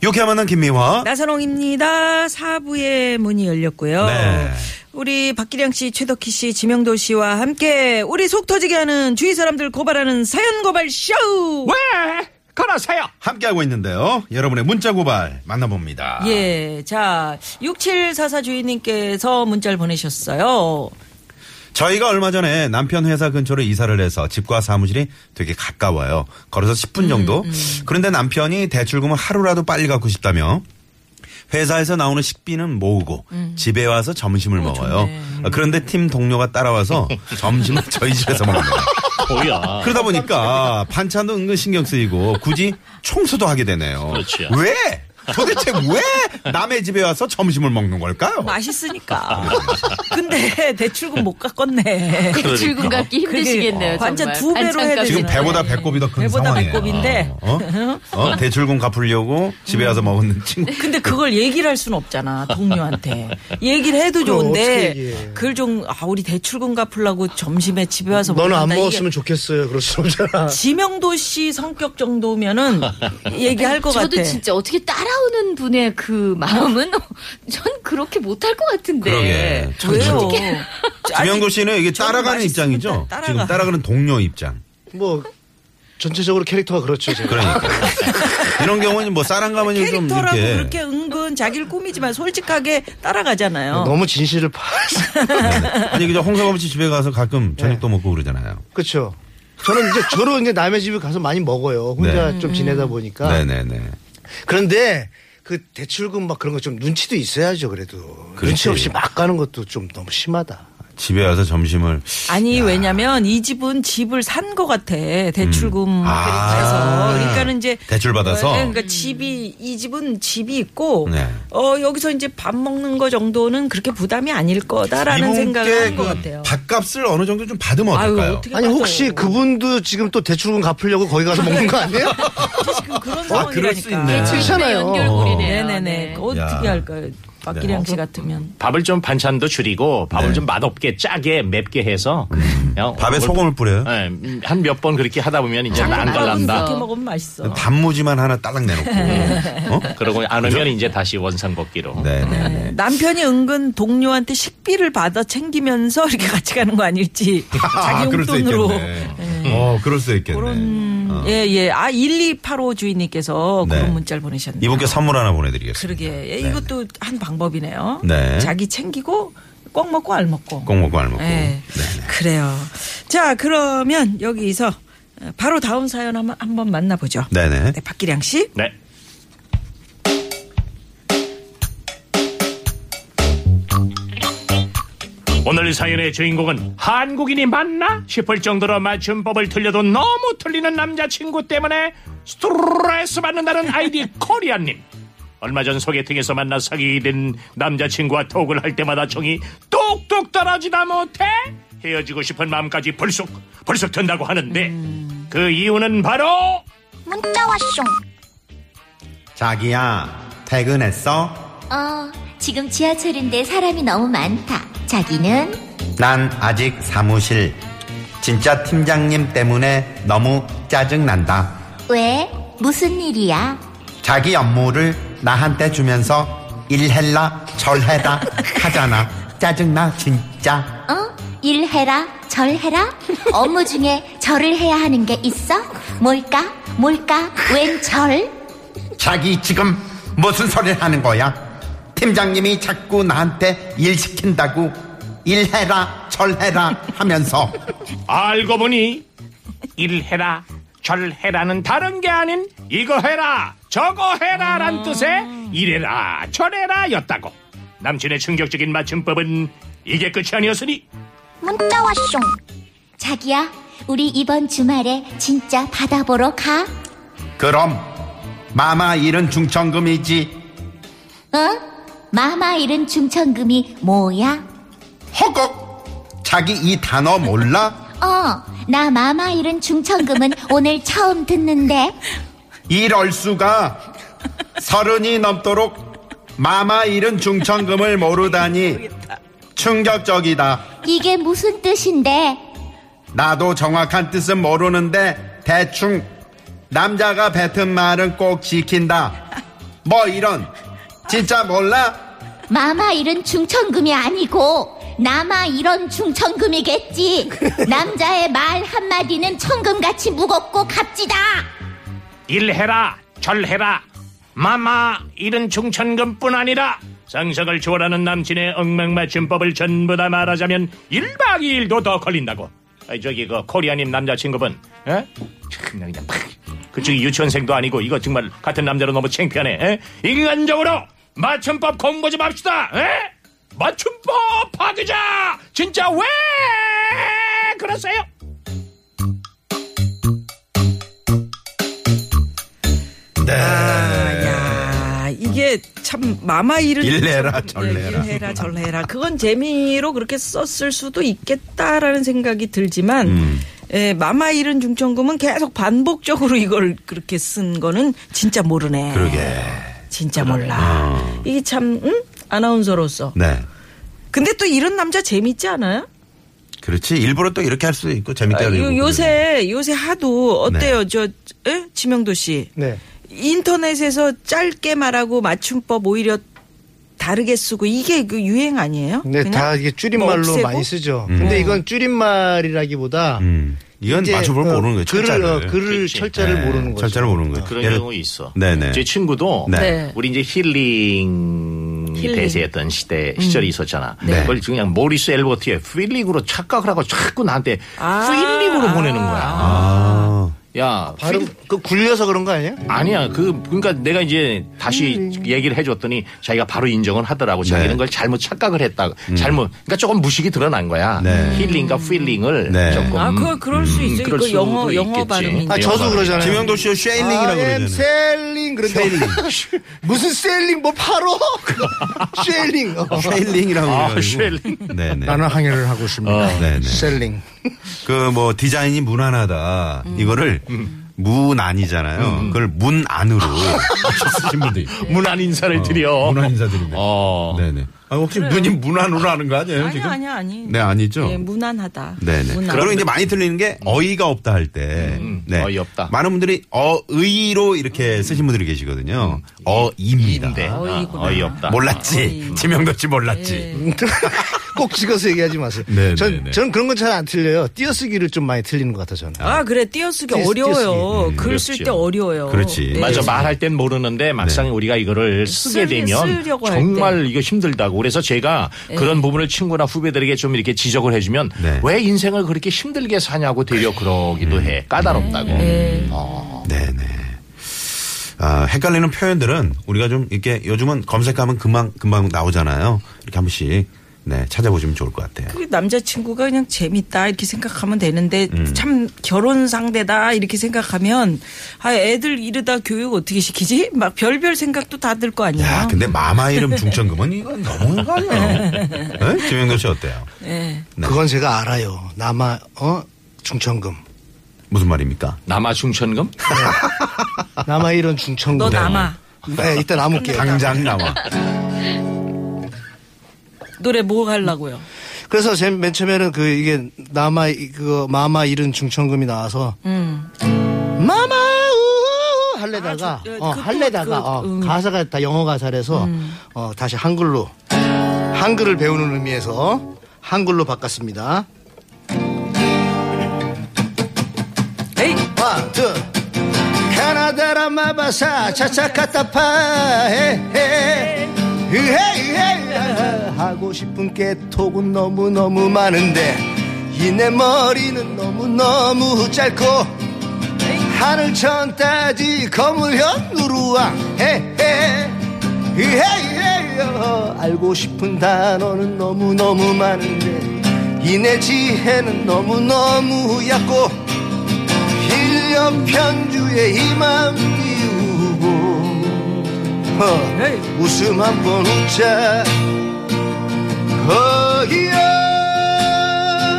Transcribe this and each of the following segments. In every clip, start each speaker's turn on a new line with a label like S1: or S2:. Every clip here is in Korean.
S1: 이렇게 만난
S2: 어?
S1: 김미화.
S3: 나선홍입니다. 4부의 문이 열렸고요.
S1: 네.
S3: 우리 박기량 씨, 최덕희 씨, 지명도 씨와 함께 우리 속 터지게 하는 주위 사람들 고발하는 사연 고발 쇼!
S1: 왜? 걸어서요. 함께하고 있는데요. 여러분의 문자 고발 만나봅니다.
S3: 예, 자, 6744 주인님께서 문자를 보내셨어요.
S1: 저희가 얼마 전에 남편 회사 근처로 이사를 해서 집과 사무실이 되게 가까워요. 걸어서 10분 정도. 그런데 남편이 대출금을 하루라도 빨리 갖고 싶다며 회사에서 나오는 식비는 모으고 집에 와서 점심을 먹어요. 아, 그런데 팀 동료가 따라와서 점심을 저희 집에서 먹는 거예요.
S4: 뭐야.
S1: 그러다 보니까 반찬도 은근 신경 쓰이고 굳이 청소도 하게 되네요.
S4: 그렇지.
S1: 왜? 도대체 왜 남의 집에 와서 점심을 먹는 걸까요?
S3: 맛있으니까. 근데 대출금 못 갚았네.
S2: 대출금 갚기
S3: 그러게요.
S2: 힘드시겠네요.
S3: 완전
S2: 정말.
S3: 두 배로 해야
S2: 그러니까. 반찬값이나.
S1: 아, 지금 배보다 배꼽이 더 큰
S3: 배보다
S1: 상황이에요.
S3: 배꼽인데.
S1: 어? 어? 대출금 갚으려고 집에 와서 먹는 친구.
S3: 네. 근데 그걸 얘기를 할 수는 없잖아 동료한테 얘기를 해도 좋은데 그걸 좀 아, 우리 대출금 갚으려고 점심에 집에 와서
S5: 너는 안
S3: 먹는다. 이게
S5: 먹었으면 좋겠어요. 그럴 수 없잖아.
S3: 지명도 씨 성격 정도면은 얘기할 것
S2: 저도
S3: 같아.
S2: 진짜 어떻게 따라오는 분의 그 마음은 전 그렇게 못할 것
S3: 음.
S2: 같은데.
S1: 그러게.
S3: 왜요?
S1: 지명도 네. 씨는 이게 따라가는
S3: 맛있으면
S1: 입장이죠?
S3: 따라가.
S1: 지금 따라가는 동료 입장.
S5: 뭐 전체적으로 캐릭터가 그렇죠. 제가.
S1: 그러니까 이런 경우는 뭐 싸랑 가면 좀
S3: 캐릭터라고
S1: 이렇게
S3: 그렇게 은근 자기를 꾸미지만 솔직하게 따라가잖아요.
S5: 네, 너무 진실을 파서
S3: 네.
S1: 아니 그저 홍서범 씨 집에 가서 가끔 저녁도 먹고 그러잖아요.
S5: 그렇죠. 저는 이제 주로 이제 남의 집에 가서 많이 먹어요. 혼자 좀 지내다 보니까.
S1: 네. 음. 네네네.
S5: 그런데 그 대출금 막 그런 거 좀 눈치도 있어야죠. 그래도
S1: 그렇지.
S5: 눈치 없이 막 가는 것도 좀 너무 심하다.
S1: 집에 와서 점심을
S3: 아니 왜냐면 이 집은 집을 산 것 같아 대출금
S1: 아.
S3: 해서 그러니까는 이제
S1: 대출 받아서?
S3: 어, 네, 그러니까 집이 이 집은 집이 있고
S1: 네.
S3: 어 여기서 이제 밥 먹는 거 정도는 그렇게 부담이 아닐 거다라는 어, 생각을 한 것
S1: 네.
S3: 같아요.
S1: 그 밥값을 어느 정도 좀 받으면
S3: 아유,
S1: 어떨까요?
S3: 어떻게
S5: 아니
S3: 받아요.
S5: 혹시 그분도 지금 또 대출금 갚으려고 거기 가서 먹는 거 아니에요?
S3: 지금 그런
S1: 아, 그럴 수
S3: 상황이라니까.
S1: 있네.
S5: 괜찮아요.
S2: 연결고리네요.
S3: 네네네. 그거 어떻게
S1: 야.
S3: 할까요? 박기량 씨 같으면
S4: 네. 어. 밥을 좀 반찬도 줄이고 밥을
S1: 네. 음.
S4: 좀 맛없게 짜게 맵게 해서 그냥
S1: 밥에
S4: 얼굴-
S1: 소금을 뿌려요?
S4: 네, 한 몇 번 그렇게 하다 보면 이제
S2: 아,
S4: 안
S2: 맛없어.
S4: 갈란다. 네.
S3: 이렇게 먹으면 맛있어. 네.
S1: 단무지만 하나 딸랑 내놓고. 네, 어?
S4: 그러고 안 오면 이제 다시 원상 복귀로.
S1: 네네.
S3: 네. 남편이 은근 동료한테 식비를 받아 챙기면서 이렇게 같이 가는 거 아닐지 자기
S1: 그럴 수
S3: 용돈으로
S1: 있겠네. 어, 그럴 수 있겠네. 어.
S3: 예, 예. 아, 1285 주인님께서
S1: 네.
S3: 어, 그런 문자를 보내셨네요.
S1: 이분께 선물 하나 보내드리겠습니다.
S3: 그러게. 예,
S1: 네.
S3: 이것도 한 방법이네요.
S1: 네.
S3: 자기 챙기고, 꼭 먹고, 알 먹고.
S1: 꼭 먹고 안 먹고. 네,
S3: 예. 그래요. 자, 그러면 여기서 바로 다음 사연 한번, 한번 만나보죠.
S1: 네네.
S3: 네, 박기량 씨.
S4: 네. 오늘 사연의 주인공은 한국인이 맞나 싶을 정도로 맞춤법을 틀려도 너무 틀리는 남자친구 때문에 스트레스 받는다는 아이디 코리아님. 얼마 전 소개팅에서 만나 사귀게 된 남자친구와 톡을 할 때마다 정이 똑똑 떨어지다 못해 헤어지고 싶은 마음까지 벌쑥 벌쑥 든다고 하는데 그 이유는 바로
S6: 문자 왔숑
S1: 자기야, 퇴근했어?
S7: 어, 지금 지하철인데 사람이 너무 많다. 자기는?
S1: 난 아직 사무실. 진짜 팀장님 때문에 너무 짜증난다.
S7: 왜? 무슨 일이야?
S1: 자기 업무를 나한테 주면서 일해라, 절해라 하잖아. 짜증나, 진짜.
S7: 어? 일해라, 절해라? 업무 중에 절을 해야 하는 게 있어? 뭘까? 뭘까? 웬 절?
S1: 자기 지금 무슨 소리를 하는 거야? 팀장님이 자꾸 나한테 일 시킨다고 일해라 절해라 하면서
S4: 알고 보니 일해라 절해라는 다른 게 아닌 이거 해라 저거 해라란 뜻의 이래라 저래라였다고 남친의 충격적인 맞춤법은 이게 끝이 아니었으니
S7: 문자 왔숑. 자기야, 우리 이번 주말에 진짜 바다 보러 가?
S1: 그럼 마마 일은 중천금이지
S7: 어? 마마 잃은 충천금이 뭐야?
S1: 허걱! 자기 이 단어 몰라?
S7: 어, 나 마마 잃은 충천금은 오늘 처음 듣는데.
S1: 이럴 수가! 서른이 넘도록 마마 잃은 중천금을 모르다니 충격적이다.
S7: 이게 무슨 뜻인데?
S1: 나도 정확한 뜻은 모르는데 대충 남자가 뱉은 말은 꼭 지킨다. 뭐 이런 진짜 몰라?
S7: 마마 잃은 충천금이 아니고 남아 이런 충천금이겠지. 남자의 말 한마디는 천금같이 무겁고 값지다.
S8: 일해라 절해라 마마 이른 충천금뿐 아니라 상석을 초월하는 남친의 엉망맞춤법을 전부 다 말하자면 1박 2일도 더 걸린다고 아이, 저기 그 코리아님 남자친구분
S4: 예?
S8: 에? 참나 그냥 팍. 그쪽이 유치원생도 아니고 이거 정말 같은 남자로 너무 창피하네 에? 인간적으로 맞춤법 공부 좀 합시다 에? 맞춤법 파기자 진짜 왜 그러세요?
S3: 야, 아, 이게 참 마마 일을
S1: 일해라, 절해라.
S3: 일해라 절해라 그건 재미로 그렇게 썼을 수도 있겠다라는 생각이 들지만
S1: 음.
S3: 예, 마마 일은 중천금은 계속 반복적으로 이걸 그렇게 쓴 거는 진짜 모르네.
S1: 그러게. 어.
S3: 진짜 몰라. 이게 참 응? 아나운서로서.
S1: 네.
S3: 근데 또 이런 남자 재밌지 않아요?
S1: 그렇지. 일부러 또 이렇게 할 수도 있고 재밌다.
S3: 아, 요, 요새 요새 하도 어때요 저 에? 지명도 씨
S9: 네.
S3: 인터넷에서 짧게 말하고 맞춤법 오히려 다르게 쓰고 이게 그 유행 아니에요?
S5: 네,
S9: 근데
S3: 그냥?
S9: 네, 다 이게
S3: 뭐
S9: 줄임말로
S3: 없애고?
S9: 많이 쓰죠.
S5: 음.
S9: 근데 이건 줄임말이라기보다
S1: 음. 이건
S9: 이제,
S1: 맞춰볼
S9: 어,
S1: 모르는 거예요.
S9: 글을,
S1: 철자를.
S9: 어, 글을
S8: 그렇지.
S9: 철자를
S1: 네,
S9: 모르는 거죠.
S1: 철자를 모르는 거예요.
S8: 그런
S1: 예를-
S8: 경우 있어.
S1: 네네.
S8: 제 친구도
S1: 네.
S3: 네.
S8: 우리 이제 힐링,
S3: 힐링.
S8: 대세였던 시대 시절이 있었잖아.
S1: 네.
S8: 그걸 그냥 모리스 엘버트의 필링으로 착각을 하고 자꾸 나한테
S3: 아.
S8: 필링으로 보내는 거야.
S1: 아.
S8: 야,
S9: 발음
S8: 필-
S9: 그 굴려서 그런 거 아니에요?
S8: 아니야. 그 그러니까 내가 이제 다시 얘기를 해줬더니 자기가 바로 인정을 하더라고. 자기는
S1: 네. 음.
S8: 걸 잘못 착각을 했다. 잘못. 그러니까 조금 무식이 드러난 거야.
S1: 네.
S8: 힐링과 필링을
S1: 네.
S8: 조금.
S3: 아, 그걸 그럴 수 있어요.
S8: 음. 그럴
S3: 이거
S8: 수도
S3: 영어 영어
S8: 있겠지.
S3: 발음인데.
S9: 아, 저도 그러잖아요.
S1: 지명도 씨의 쉐일링이라고
S9: I am
S1: 그러잖아요.
S9: 셀링 그런데 무슨 셀링 뭐 팔어? 셀링. 어.
S1: 쉐일링이라고
S8: 아,
S1: 그래가지고.
S8: 쉐일링.
S1: 네네.
S9: 나는 항해를 하고 있습니다.
S1: 어. 네네.
S9: 셀링.
S1: 그 뭐 디자인이 무난하다. 이거를 무난이잖아요. 그걸 문안으로 네. 쓰신 음. 분들.
S8: 문안 인사를 드려.
S1: 문안 인사드립니다.
S8: 어.
S1: 네네. 아, 혹시 눈이 문안으로 하는 거 아니에요
S3: 아니
S1: 지금?
S3: 아니 아니.
S1: 네 아니죠.
S3: 예, 무난하다.
S1: 네네.
S3: 무난.
S1: 그리고 이제 많이 틀리는 게 어이가 없다 할 때.
S8: 음,
S1: 네.
S8: 어이없다.
S1: 많은 분들이 어의로 이렇게 쓰신 분들이 계시거든요. 음. 어입니다.
S8: 인데. 아,
S3: 어이구나.
S8: 어이없다.
S1: 몰랐지. 지명도 씨 몰랐지.
S9: 꼭 찍어서 얘기하지 마세요.
S1: 네, 네, 네.
S9: 전, 저는 그런 건 잘 안 틀려요. 띄어쓰기를 좀 많이 틀리는 것 같아, 저는.
S3: 아 그래 띄어쓰기
S9: 띄-
S3: 어려워요.
S9: 띄어쓰기.
S3: 글 쓸 때
S8: 어렵죠.
S3: 어려워요.
S1: 그렇지.
S3: 예.
S8: 맞아 말할 땐 모르는데 막상
S10: 네.
S8: 우리가 이거를 쓰게
S3: 쓰-
S8: 되면
S3: 쓰려고 할 네.
S8: 정말 이거 힘들다고 그래서 제가 그런 부분을 친구나 후배들에게 좀 이렇게 지적을 해주면
S1: 네.
S8: 왜 인생을 그렇게 힘들게 사냐고 되려
S10: 음.
S8: 그러기도 해
S3: 네.
S8: 까다롭다고 음. 어.
S1: 네네. 아, 헷갈리는 표현들은 우리가 좀 이렇게 요즘은 검색하면 금방 금방 나오잖아요. 이렇게 한 번씩 네 찾아보시면 좋을 것 같아요.
S3: 그 남자친구가 그냥 재밌다 이렇게 생각하면 되는데
S1: 음.
S3: 참 결혼 상대다 이렇게 생각하면 아 애들 이러다 교육 어떻게 시키지? 막 별별 생각도 다 들 거 아니야.
S1: 야, 근데 마마 이름 중천금은 이건 너무한 거 아니에요? 네? 지명도 씨 어때요? 네.
S3: 예.
S9: 그건 제가 알아요. 남아, 어? 중천금.
S1: 무슨 말입니까?
S8: 남아 충천금
S9: 남아 이런 중천금.
S3: 너 남아
S9: 네, 이따 남을게요. 네.
S1: 당장 나와.
S3: 노래 뭐 하려고요?
S9: 그래서 제 맨 처음에는 그 이게 남아 그 마마 이른 중천금이 나와서
S11: 음.
S9: 마마 우우 할래다가
S3: 아, 저, 어,
S9: 어,
S3: 그
S9: 할래다가
S3: 또, 그,
S9: 어,
S3: 음.
S9: 가사가 다 영어 가사라서 어, 다시 한글로 한글을 배우는 의미에서 한글로 바꿨습니다.
S3: 에이
S9: 원, 투. 캐나다라 마바사 차차카타파 헤헤 으헤 으헤 으헤. 하고 싶은 깨톡은 너무너무 많은데 이 내 머리는 너무너무 짧고 하늘 천따지 거물현 누루왕 헤헤 으헤 으헤 으헤. 알고 싶은 단어는 너무너무 많은데 이 내 지혜는 너무너무 얕고 일년 편주에 이맘 비우고
S3: 에이.
S9: 어, 웃음 한 번 웃자 허기야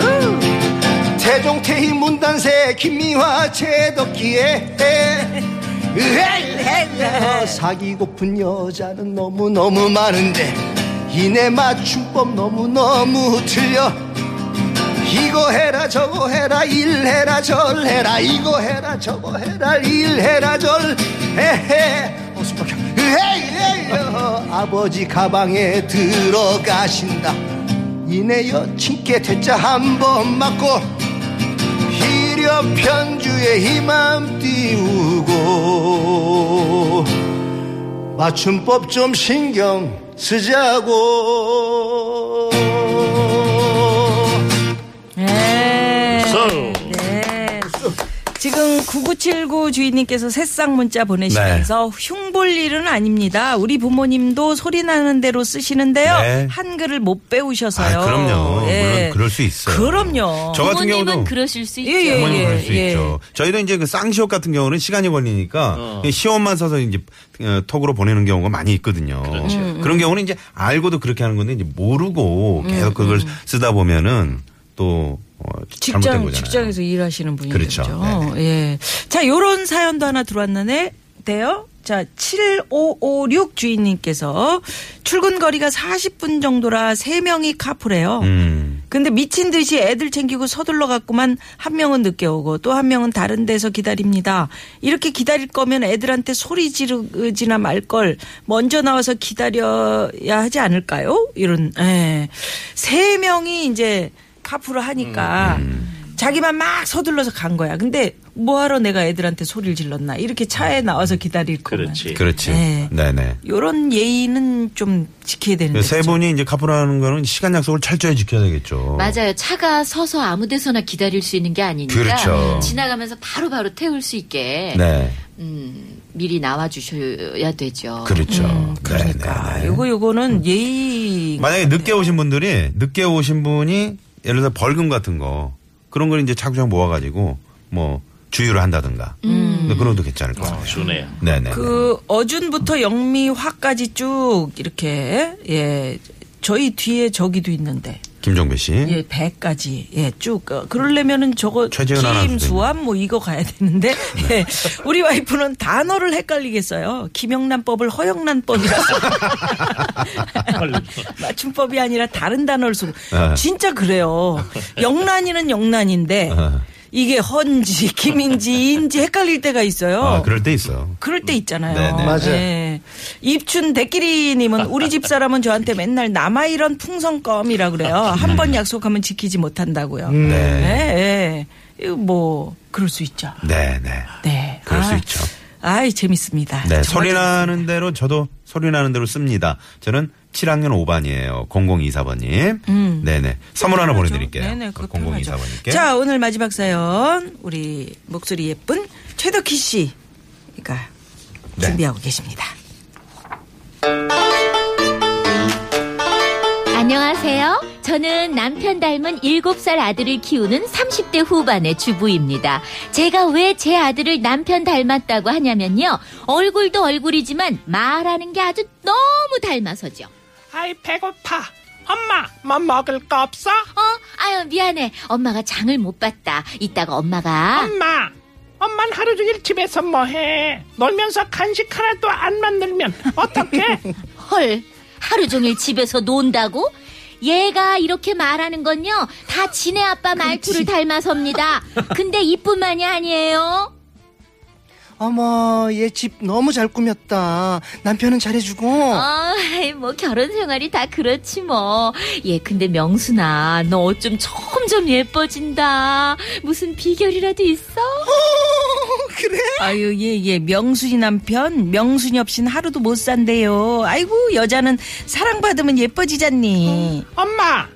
S9: 허기야 태종태희 문단세 김미화 최덕기에 으헬헬헬 아, 사귀고픈 여자는 너무너무 많은데 이내 맞춤법 너무너무 틀려 이거 해라 저거 해라 일해라 절해라 이거 해라 저거 해라 일해라 절해해 어 숨막혀 으헤이 어, 아버지 가방에 들어가신다 이내 여친께 대자 한 번 맞고 이려 편주에 희망 띄우고 맞춤법 좀 신경 쓰자고
S3: 네. 네. 지금 9979 주인님께서 새싹 문자 보내시면서
S1: 네.
S3: 흉볼 일은 아닙니다. 우리 부모님도 소리 나는 대로 쓰시는데요.
S1: 네.
S3: 한글을 못
S1: 아,
S3: 배우셔서요.
S1: 그럼요.
S3: 예.
S1: 물론 그럴 수 있어요.
S3: 그럼요.
S1: 저 같은
S8: 부모님은
S1: 경우도
S8: 그러실 수 있죠.
S3: 예, 예,
S1: 부모님 그럴 수
S3: 예.
S1: 있죠. 저희도 이제 그 쌍시옷 같은 경우는 시간이 걸리니까 그냥 시옷만 써서 이제 어, 톡으로 보내는 경우가 많이 있거든요.
S3: 음.
S1: 그런 경우는 이제 알고도 그렇게 하는 건데 이제 모르고 계속 그걸 쓰다 보면은 또 어, 잘못된
S3: 음. 직장
S1: 거잖아요.
S3: 직장에서 일하시는 분이
S1: 그렇죠.
S3: 죠 예. 자, 요런 사연도 하나 들어왔는데요. 자, 7556 주인님께서 출근 거리가 40분 정도라 세명이 카풀해요.
S1: 음.
S3: 근데 미친 듯이 애들 챙기고 서둘러 갔구만 한 명은 늦게 오고 또 한 명은 다른 데서 기다립니다. 이렇게 기다릴 거면 애들한테 소리 지르지나 말 걸 먼저 나와서 기다려야 하지 않을까요? 이런 예. 세 명이 이제 카풀을 하니까 자기만 막 서둘러서 간 거야. 근데 뭐하러 내가 애들한테 소리를 질렀나? 이렇게 차에 나와서 기다릴 거면
S4: 그렇지.
S1: 그렇지.
S3: 네.
S1: 네, 네.
S3: 요런 예의는 좀 지켜야 되는데.
S1: 그 세 분이 이제 카풀하는 거는 시간 약속을 철저히 지켜야 되겠죠.
S8: 맞아요. 차가 서서 아무 데서나 기다릴 수 있는 게 아니니까
S1: 그렇죠.
S8: 지나가면서 바로바로 태울 수 있게
S1: 네.
S8: 음, 미리 나와 주셔야 되죠. 음.
S1: 그렇죠.
S3: 그러니까
S1: 네, 네, 네.
S3: 요거 요거는 예의
S1: 만약에 늦게 오신 분들이 늦게 오신 분이 예를 들어 벌금 같은 거 그런 걸 이제 차구장 모아가지고 뭐 주유를 한다든가 근데 그런 것도 괜찮을 것 같아요.
S4: 준해요.
S1: 네네.
S3: 음. 그 어준부터 영미화까지 쭉 이렇게 예 저희 뒤에 저기도 있는데
S1: 김종배 씨.
S3: 예 배까지 예쭉 어, 그러려면은 저거
S1: 최재은
S3: 김
S1: 아나운서도
S3: 수환 뭐 이거 가야 되는데
S1: 네.
S3: 예. 우리 와이프는 단어를 헷갈리겠어요 김영란법을 허영란법이라서 맞춤법이 아니라 다른 단어를 쓰고
S1: 아.
S3: 진짜 그래요 영란이는 영란인데
S1: 아.
S3: 이게 헌지 김인지 인지 헷갈릴 때가 있어요
S1: 아 그럴 때 있어.
S3: 그럴 때 있잖아요.
S1: 네네.
S9: 맞아요.
S3: 예. 입춘 대끼리님은 우리 집 사람은 저한테 맨날 남아 이런 풍선껌이라 그래요.
S1: 아,
S3: 한 번
S1: 네.
S3: 약속하면 지키지 못한다고요.
S9: 음.
S3: 네. 예, 예. 이거 뭐 그럴 수 있죠.
S1: 네네.
S3: 네.
S1: 그럴
S3: 아,
S1: 수 있죠.
S3: 아이 재밌습니다.
S1: 네
S3: 정말
S1: 소리 나는 대로 저도 소리 나는 대로 씁니다. 저는 7학년 5반이에요. 0024번님. 네네. 선물 하나 보내드릴게요.
S3: 그렇죠. 네네, 음. 그거 필요하죠.
S1: 0024번님께.
S3: 자, 오늘 마지막 사연 우리 목소리 예쁜 최덕희 씨가
S1: 네.
S3: 준비하고 계십니다.
S2: 안녕하세요. 저는 남편 닮은 7살 아들을 키우는 30대 후반의 주부입니다. 제가 왜 제 아들을 남편 닮았다고 하냐면요. 얼굴도 얼굴이지만 말하는 게 아주 너무 닮아서죠.
S4: 아이 배고파. 엄마 뭐 먹을 거 없어?
S2: 어, 아유, 미안해. 엄마가 장을 못 봤다. 이따가 엄마가.
S4: 엄마. 엄만 하루 종일 집에서 뭐해? 놀면서 간식 하나도 안 만들면 어떡해?
S2: 헐, 하루 종일 집에서 논다고? 얘가 이렇게 말하는 건요, 다 지네 아빠 말투를 닮아서입니다. 근데 이뿐만이 아니에요.
S9: 어머, 얘 집 너무 잘 꾸몄다. 남편은 잘해주고.
S2: 아, 뭐 결혼 생활이 다 그렇지 뭐. 예, 근데 명순아, 너 어쩜 점점 예뻐진다. 무슨 비결이라도 있어?
S9: 그래?
S3: 아유 예예 명순이 남편 명순이 없인 하루도 못 산대요. 아이고 여자는 사랑받으면 예뻐지잖니.
S4: 어, 엄마.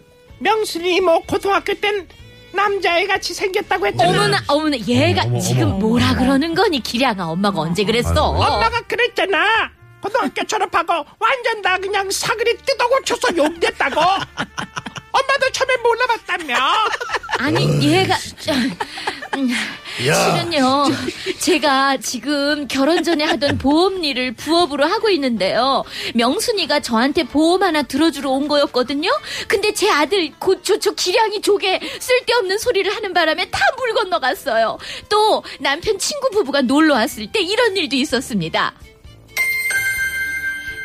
S4: 명순이 뭐 고등학교 땐 남자애 같이 생겼다고 했잖아.
S2: 어머나, 어머나, 얘가
S1: 어머, 어머,
S2: 지금
S1: 어머.
S2: 뭐라 그러는 거니? 기량아, 엄마가 언제 그랬어?
S4: 엄마가 그랬잖아. 고등학교 졸업하고 완전 다 그냥 사그리 뜯어고쳐서 욕됐다고. 엄마도 처음에 몰라봤다며.
S2: 아니, 얘가. 음, 실은요, 제가 지금 결혼 전에 하던 보험 일을 부업으로 하고 있는데요. 명순이가 저한테 보험 하나 들어주러 온 거였거든요. 근데 제 아들 곧 조초 기량이 조개 쓸데없는 소리를 하는 바람에 다 물 건너갔어요. 또 남편 친구 부부가 놀러 왔을 때 이런 일도 있었습니다.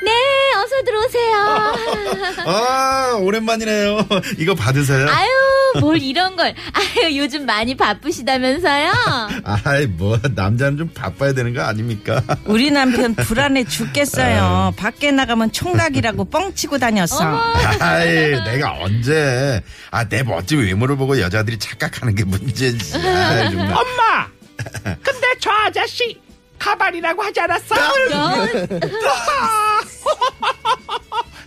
S2: 네, 어서 들어오세요.
S10: 아, 오랜만이네요. 이거 받으세요.
S2: 아유, 뭘 이런 걸. 아유, 요즘 많이 바쁘시다면서요?
S10: 아이, 뭐, 남자는 좀 바빠야 되는 거 아닙니까?
S3: 우리 남편 불안해 죽겠어요. 밖에 나가면 총각이라고 뻥치고 다녔어.
S10: 아이, 내가 언제. 아, 내 멋진 외모를 보고 여자들이 착각하는 게 문제지.
S3: 네,
S10: 아이, 정말.
S12: 엄마! 근데 저 아저씨 가발이라고 하지 않았어?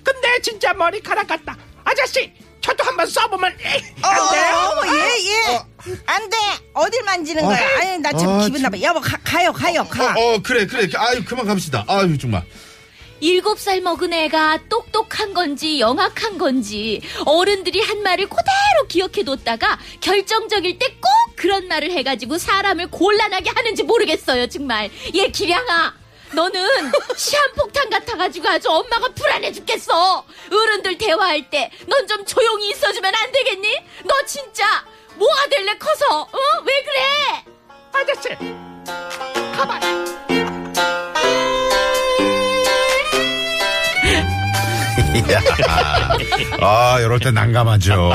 S12: 근데 진짜 머리카락 같다. 아저씨, 저도 한번 써보면 에이, 안 돼요?
S3: 어머 얘 얘. 안 돼. 어딜 만지는 거야. 아유 나 지금
S10: 아,
S3: 기분 나빠. 여보 가, 가요 가요 가.
S10: 어, 어, 그래, 그래. 아유, 그만 갑시다. 아유, 정말.
S2: 일곱 살 먹은 애가 똑똑한 건지 영악한 건지 어른들이 한 말을 그대로 기억해뒀다가 결정적일 때 꼭 그런 말을 해가지고 사람을 곤란하게 하는지 모르겠어요 정말 얘 기량아 너는 시한폭탄 같아가지고 아주 엄마가 불안해 죽겠어 어른들 대화할 때 넌 좀 조용히 있어주면 안 되겠니? 너 진짜 뭐가 될래 커서 어? 왜 그래?
S12: 아저씨, 가발.
S3: 예.
S10: 아, 이럴 때 난감하죠.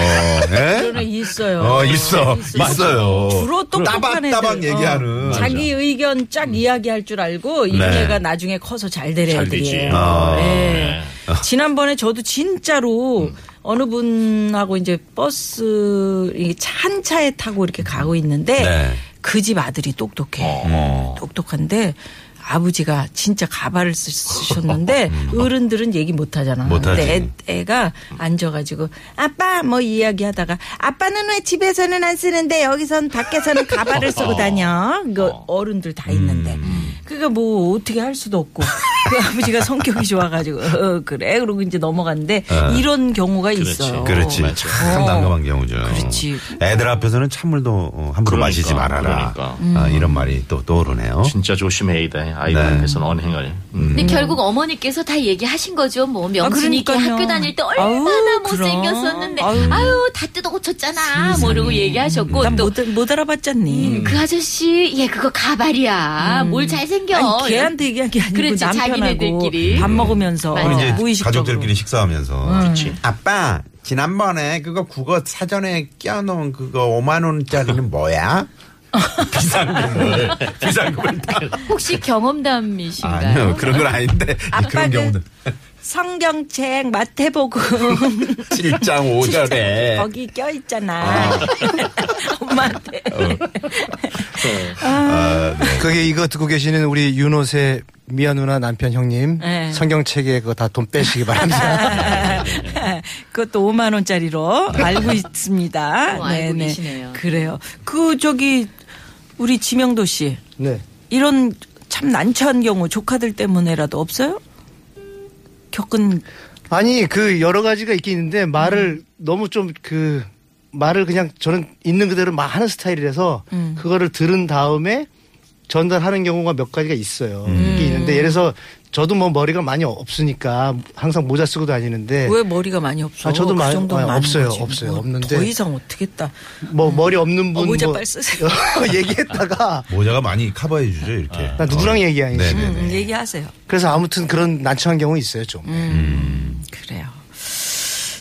S10: 예?
S3: 저는 있어요.
S10: 어, 있어. 있어요.
S3: 주로 똑똑한 애들.
S10: 따박따박 얘기하는. 음.
S3: 어, 자기 의견 쫙 이야기할 줄 알고 이런
S10: 네.
S3: 애가 나중에 커서 잘 될 애들이에요.
S12: 잘 되지.
S10: 아.
S3: 네. 지난번에 저도 진짜로
S10: 음.
S3: 어느 분하고 이제 버스 이한 차에 타고 이렇게 가고 있는데
S10: 네.
S3: 그 집 아들이 똑똑해.
S10: 어.
S3: 똑똑한데 아버지가 진짜 가발을 쓰- 쓰셨는데 어른들은 얘기 못 하잖아.
S10: 음. 못하지.
S3: 근데 애, 애가 앉아가지고 아빠 뭐 이야기하다가 아빠는 왜 집에서는 안 쓰는데 여기선 밖에서는 가발을
S10: 어.
S3: 쓰고 다녀. 그 어른들 다 있는데.
S10: 음.
S3: 그니까 뭐 어떻게 할 수도 없고 그 아버지가 성격이 좋아가지고 어, 그래 그러고 이제 넘어갔는데 이런 경우가 있어요.
S10: 그렇지. 참
S3: 어.
S10: 난감한 경우죠.
S3: 그렇지.
S10: 애들 앞에서는 찬물도 어, 함부로
S12: 그러니까,
S10: 마시지 말아라.
S12: 그러니까.
S3: 음.
S10: 아, 이런 말이 또 떠오르네요.
S12: 진짜 조심해야 돼. 아이들
S10: 네.
S12: 앞에서는 언행을. 음.
S2: 근데 결국 어머니께서 다 얘기하신 거죠. 뭐 명순이 께
S3: 아, 그러니까요.
S2: 학교 다닐 때
S3: 아유,
S2: 얼마나
S3: 그럼.
S2: 못생겼었는데
S3: 아유.
S2: 아유, 다 뜯어고쳤잖아. 모르고 얘기하셨고 또 그
S3: 난못 못 알아봤잖니. 음.
S2: 아저씨 얘 그거 가발이야. 뭘 잘생겨.
S3: 아니, 걔한테 얘기한 게 아니고
S2: 그렇지,
S3: 남편하고
S2: 자기네들끼리.
S3: 밥 먹으면서
S2: 맞아.
S10: 음. 이제
S3: 무의식적으로 음.
S10: 가족들끼리 식사하면서.
S12: 그렇지.
S10: 아빠, 지난번에 그거 국어 사전에 껴놓은 그거 5만원짜리는 뭐야? 뭐? 비상금을. 비상금을 다.
S2: 혹시 경험담이신가요?
S10: 아니요, 그런 건 아닌데. 그런
S3: 아빠는
S10: 경우는.
S3: 성경책 마태복음
S10: 7장 5절에.
S3: 거기 껴있잖아 엄마한테
S5: 네.
S10: 아.
S5: 그게 이거 듣고 계시는 우리 윤호세 미아 누나 남편 형님
S3: 네.
S5: 성경책에 그거 다 돈 빼시기 바랍니다.
S3: 아, 그것도 5만 원짜리로 알고 있습니다
S2: 어, 알고 계시네요.
S3: 그래요 그 저기 우리 지명도 씨
S5: 네.
S3: 이런 참 난처한 경우 조카들 때문에라도 없어요? 겪은 음.
S5: 아니 그 여러 가지가 있긴 있는데 말을 너무 좀 그 말을 그냥 저는 있는 그대로 막 하는 스타일이라서
S3: 음.
S5: 그거를 들은 다음에 전달하는 경우가 몇 가지가 있어요.
S10: 음.
S5: 이게 있는데 예를 들어서 저도 뭐 머리가 많이 없으니까 항상 모자 쓰고 다니는데
S3: 왜뭐 머리가 많이 없어?
S5: 네. 아, 저도
S3: 그
S5: 많이-
S3: 정도는
S5: 아,
S3: 많은
S5: 없어요,
S3: 거지.
S5: 없어요,
S3: 뭐
S5: 없는데.
S3: 더 이상 어떻겠다.
S5: 뭐 머리 없는 분
S3: 어, 모자
S5: 뭐
S3: 빨리 쓰세요.
S5: 얘기했다가
S10: 모자가 많이 커버해 주죠, 이렇게.
S3: 아.
S5: 나 누구랑 얘기하니?
S10: 네네네.
S3: 음, 얘기하세요.
S5: 그래서 아무튼 그런 난처한 경우 있어요 좀.
S3: 음.
S10: 음.
S3: 그래요.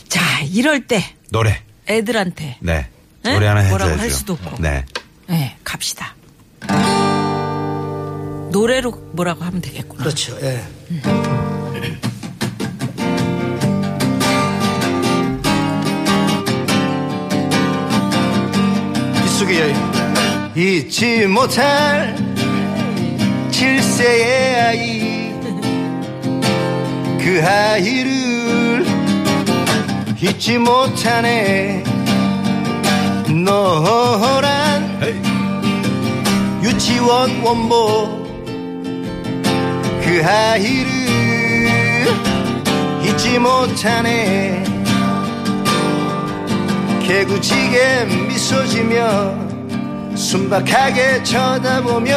S3: 자, 이럴 때
S10: 노래.
S3: 애들한테
S10: 네.
S3: 네?
S10: 노래 하나 해줘야죠.
S3: 뭐라고 할 수도 없고.
S10: 네.
S3: 예, 갑시다. 노래로 뭐라고 하면 되겠구나.
S5: 그렇죠. 예. 빗속의 여인 잊지 못할 칠세의 아이 그 아이를 잊지 못하네 너란 유치원 원복 그 아이를 잊지 못하네 개구지게 미소 지며
S9: 순박하게 쳐다보며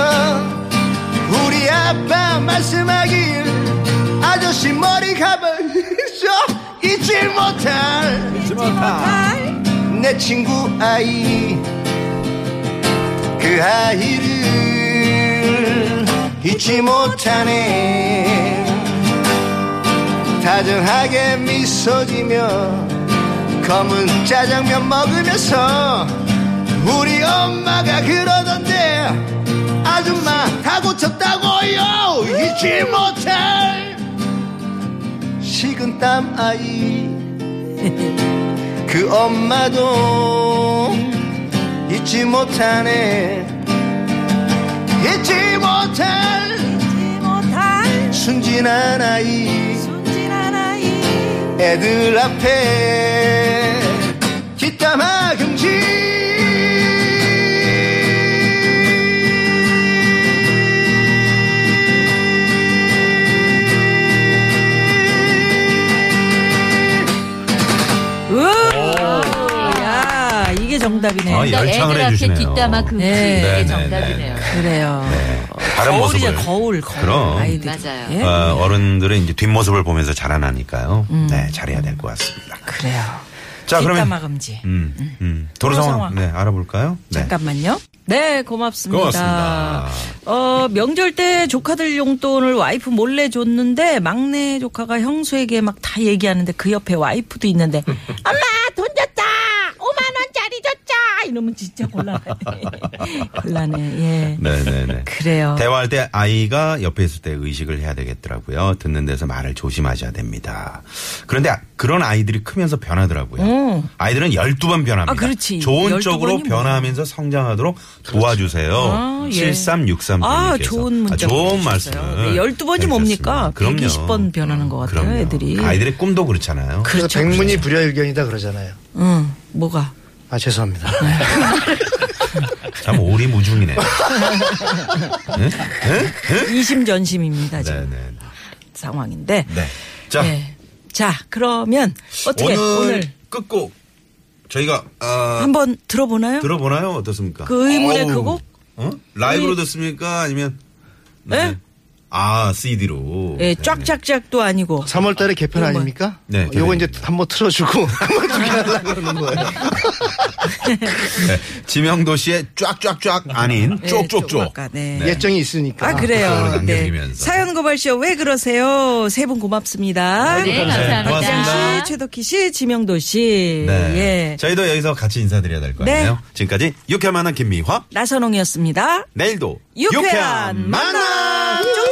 S9: 우리 아빠 말씀하길 아저씨 머리 가만 있어 잊지 못할 내 친구 아이 그 아이를 잊지 못하네 다정하게 미소 지며 검은 짜장면 먹으면서 우리 엄마가 그러던데 아줌마 다 고쳤다고요 잊지 못할 식은 땀 아이 그 엄마도 잊지 못하네 잊지 못할 순진한 아이 애들 앞에 뒷담화 금지
S3: 으! 야, 이게 정답이네.
S1: 아, 예. 열창을
S2: 그러니까 애들
S1: 해주시네요.
S2: 앞에 뒷담화 금지
S3: 네.
S1: 네, 네,
S2: 이게 정답이네요.
S3: 그래요.
S1: 다른
S3: 거울이죠,
S1: 모습을.
S3: 거울, 거울.
S1: 그럼.
S3: 아이들이.
S2: 맞아요.
S3: 예?
S1: 어, 어른들의 이제 뒷모습을 보면서 자라나니까요.
S3: 음.
S1: 네, 잘해야 될 것 같습니다.
S3: 그래요.
S1: 자, 그러면
S3: 뒷담화 금지.
S1: 음, 음. 도로
S3: 도로
S1: 상황
S3: 상황.
S1: 네, 알아볼까요? 네.
S3: 잠깐만요. 네, 고맙습니다.
S1: 고맙습니다.
S3: 어, 명절 때 조카들 용돈을 와이프 몰래 줬는데 막내 조카가 형수에게 막 다 얘기하는데 그 옆에 와이프도 있는데 엄마 돈 줬다. 5만 원짜리 줬자. 이러면 진짜 곤란해. 곤란해. 예.
S1: 네, 네, 네.
S3: 그래요.
S1: 대화할 때 아이가 옆에 있을 때 의식을 해야 되겠더라고요. 듣는 데서 말을 조심하셔야 됩니다. 그런데 아- 그런 아이들이 크면서 변하더라고요.
S3: 어.
S1: 아이들은 12번 변합니다.
S3: 음. 아, 그렇지.
S1: 좋은
S3: 12번이
S1: 쪽으로
S3: 뭐야.
S1: 변하면서 성장하도록 도와주세요.
S3: 아, 예.
S1: 7363님께서.
S3: 아, 좋은 문자.
S1: 좋은 말씀.
S3: 보내주셨어요. 네, 12번이 뭡니까? 120번 변하는 것 같아요, 애들이. 그렇죠.
S1: 아이들의 꿈도 그렇잖아요.
S9: 그래서 백문이 불여일견이다 그러잖아요
S3: 응. 뭐가?
S9: 아 죄송합니다
S3: 네.
S1: 참 오리무중이네요. 네? 응? 응? 응?
S3: 이심전심입니다,
S1: 네,
S3: 지금
S1: 네.
S3: 상황인데.
S1: 네. 자,
S3: 예. 자, 그러면 어떻게
S1: 오늘,
S3: 오늘
S1: 끝곡 저희가 아,
S3: 한번 들어보나요?
S1: 들어보나요? 어떻습니까?
S3: 그 의문의
S1: 어우.
S3: 그 곡?
S1: 어? 라이브로
S3: 우리-
S1: 듣습니까? 아니면
S3: 예?
S1: 아 CD로?
S3: 예, 쫙쫙쫙도 아니고
S9: 3월달에 개편
S3: 요건.
S9: 아닙니까?
S5: 어,
S1: 네,
S9: 요거 이제
S1: 개편입니다.
S9: 한번 틀어주고 한번 주기하려고 그러는 거예요
S10: 예,
S1: 지명도 씨의 쫙쫙쫙 아닌
S3: 예, 좀
S1: 쪽쪽쪽.
S3: 아까, 네.
S9: 예정이 있으니까
S3: 아 그래요.
S1: 그쪽으로
S3: 네.
S1: 당겨지면서.
S3: 사연 고발쇼 왜 그러세요? 세 분 고맙습니다.
S2: 네,
S3: 씨,
S2: 감사합니다.
S3: 최덕희 씨, 지명도 씨,
S1: 네.
S3: 예,
S1: 저희도 여기서 같이 인사드려야 될 거
S3: 네.
S1: 아니에요? 지금까지 유쾌한 만남 김미화.
S3: 나선홍이었습니다.
S1: 내일도
S3: 유쾌한 만남.
S1: 만남.
S3: 쫑!